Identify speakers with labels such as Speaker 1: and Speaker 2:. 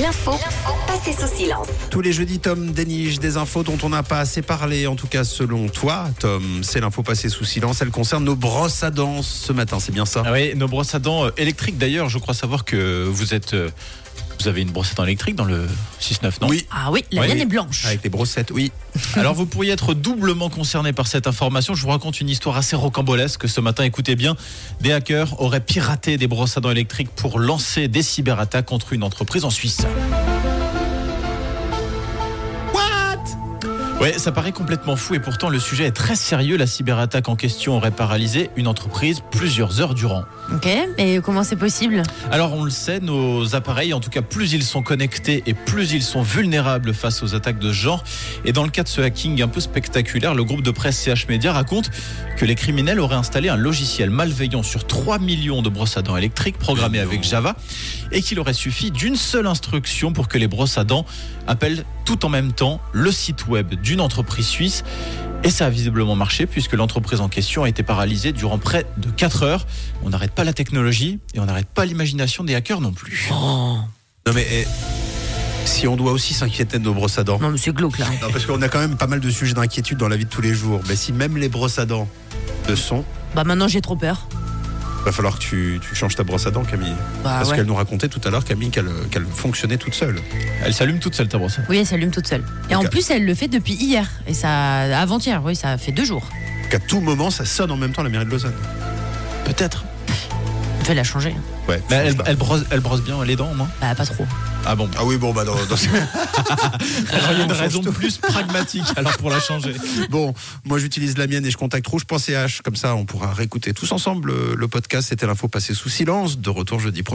Speaker 1: L'info passée sous silence.
Speaker 2: Tous les jeudis, Tom déniche des infos dont on n'a pas assez parlé, en tout cas selon toi, Tom. C'est l'info passée sous silence. Elle concerne nos brosses à dents ce matin, c'est bien ça
Speaker 3: Ah oui, nos brosses à dents euh, électriques d'ailleurs, je crois savoir que vous êtes euh, vous avez une brosse à dents électrique dans le 6-9, non
Speaker 2: Oui.
Speaker 4: Ah oui, la
Speaker 2: Oui.
Speaker 4: mienne est blanche.
Speaker 2: Avec des brossettes, oui.
Speaker 3: Alors vous pourriez être doublement concerné par cette information. Je vous raconte une histoire assez rocambolesque ce matin. Écoutez bien, des hackers auraient piraté des brosses à dents électriques pour lancer des cyberattaques contre une entreprise en Suisse. What Ouais, ça paraît complètement fou et pourtant le sujet est très sérieux. La cyberattaque en question aurait paralysé une entreprise plusieurs heures durant.
Speaker 4: Ok, et comment c'est possible
Speaker 3: Alors on le sait, nos appareils, en tout cas plus ils sont connectés et plus ils sont vulnérables face aux attaques de ce genre. Et dans le cas de ce hacking un peu spectaculaire, le groupe de presse CH Media raconte que les criminels auraient installé un logiciel malveillant sur 3 millions de brosses à dents électriques programmées avec Java et qu'il aurait suffi d'une seule instruction pour que les brosses à dents appellent tout en même temps le site web d'une entreprise suisse. Et ça a visiblement marché puisque l'entreprise en question a été paralysée durant près de 4 heures. On n'arrête pas la technologie et on n'arrête pas l'imagination des hackers non plus.
Speaker 2: Non mais eh, si on doit aussi s'inquiéter de nos brosses à dents.
Speaker 4: Non, mais c'est glauque là.
Speaker 2: Non, parce qu'on a quand même pas mal de sujets d'inquiétude dans la vie de tous les jours. Mais si même les brosses à dents le sont,
Speaker 4: Bah maintenant j'ai trop peur.
Speaker 2: va falloir que tu, tu changes ta brosse à dents, Camille.
Speaker 3: Ah
Speaker 4: Bah
Speaker 2: parce
Speaker 4: ouais.
Speaker 2: qu'elle nous racontait tout à l'heure, Camille, qu'elle qu'elle fonctionnait toute seule.
Speaker 3: Elle s'allume toute seule ta brosse.
Speaker 4: Oui, elle s'allume toute seule. Et
Speaker 2: Ok.
Speaker 4: en plus, elle le fait depuis hier. Et ça. avant-hier, oui, ça fait deux jours.
Speaker 2: Qu'à tout moment, ça sonne en même temps à la mairie de Lausanne.
Speaker 3: Peut-être.
Speaker 4: Je vais la changer.
Speaker 2: Ouais.
Speaker 3: Mais
Speaker 2: change
Speaker 3: elle,
Speaker 2: pas.
Speaker 3: elle brosse, elle brosse bien les dents, moi.
Speaker 4: Bah pas trop.
Speaker 3: Ah bon.
Speaker 2: Ah oui, bon, bah, dans, dans-
Speaker 3: Alors, il y a une
Speaker 2: On change
Speaker 3: raison
Speaker 2: tout.
Speaker 3: plus pragmatique alors pour la changer.
Speaker 2: Bon, moi j'utilise la mienne et je contacte rouge.ch. Comme ça, on pourra réécouter tous ensemble euh, le podcast. C'était l'info passée sous silence. De retour jeudi prochain.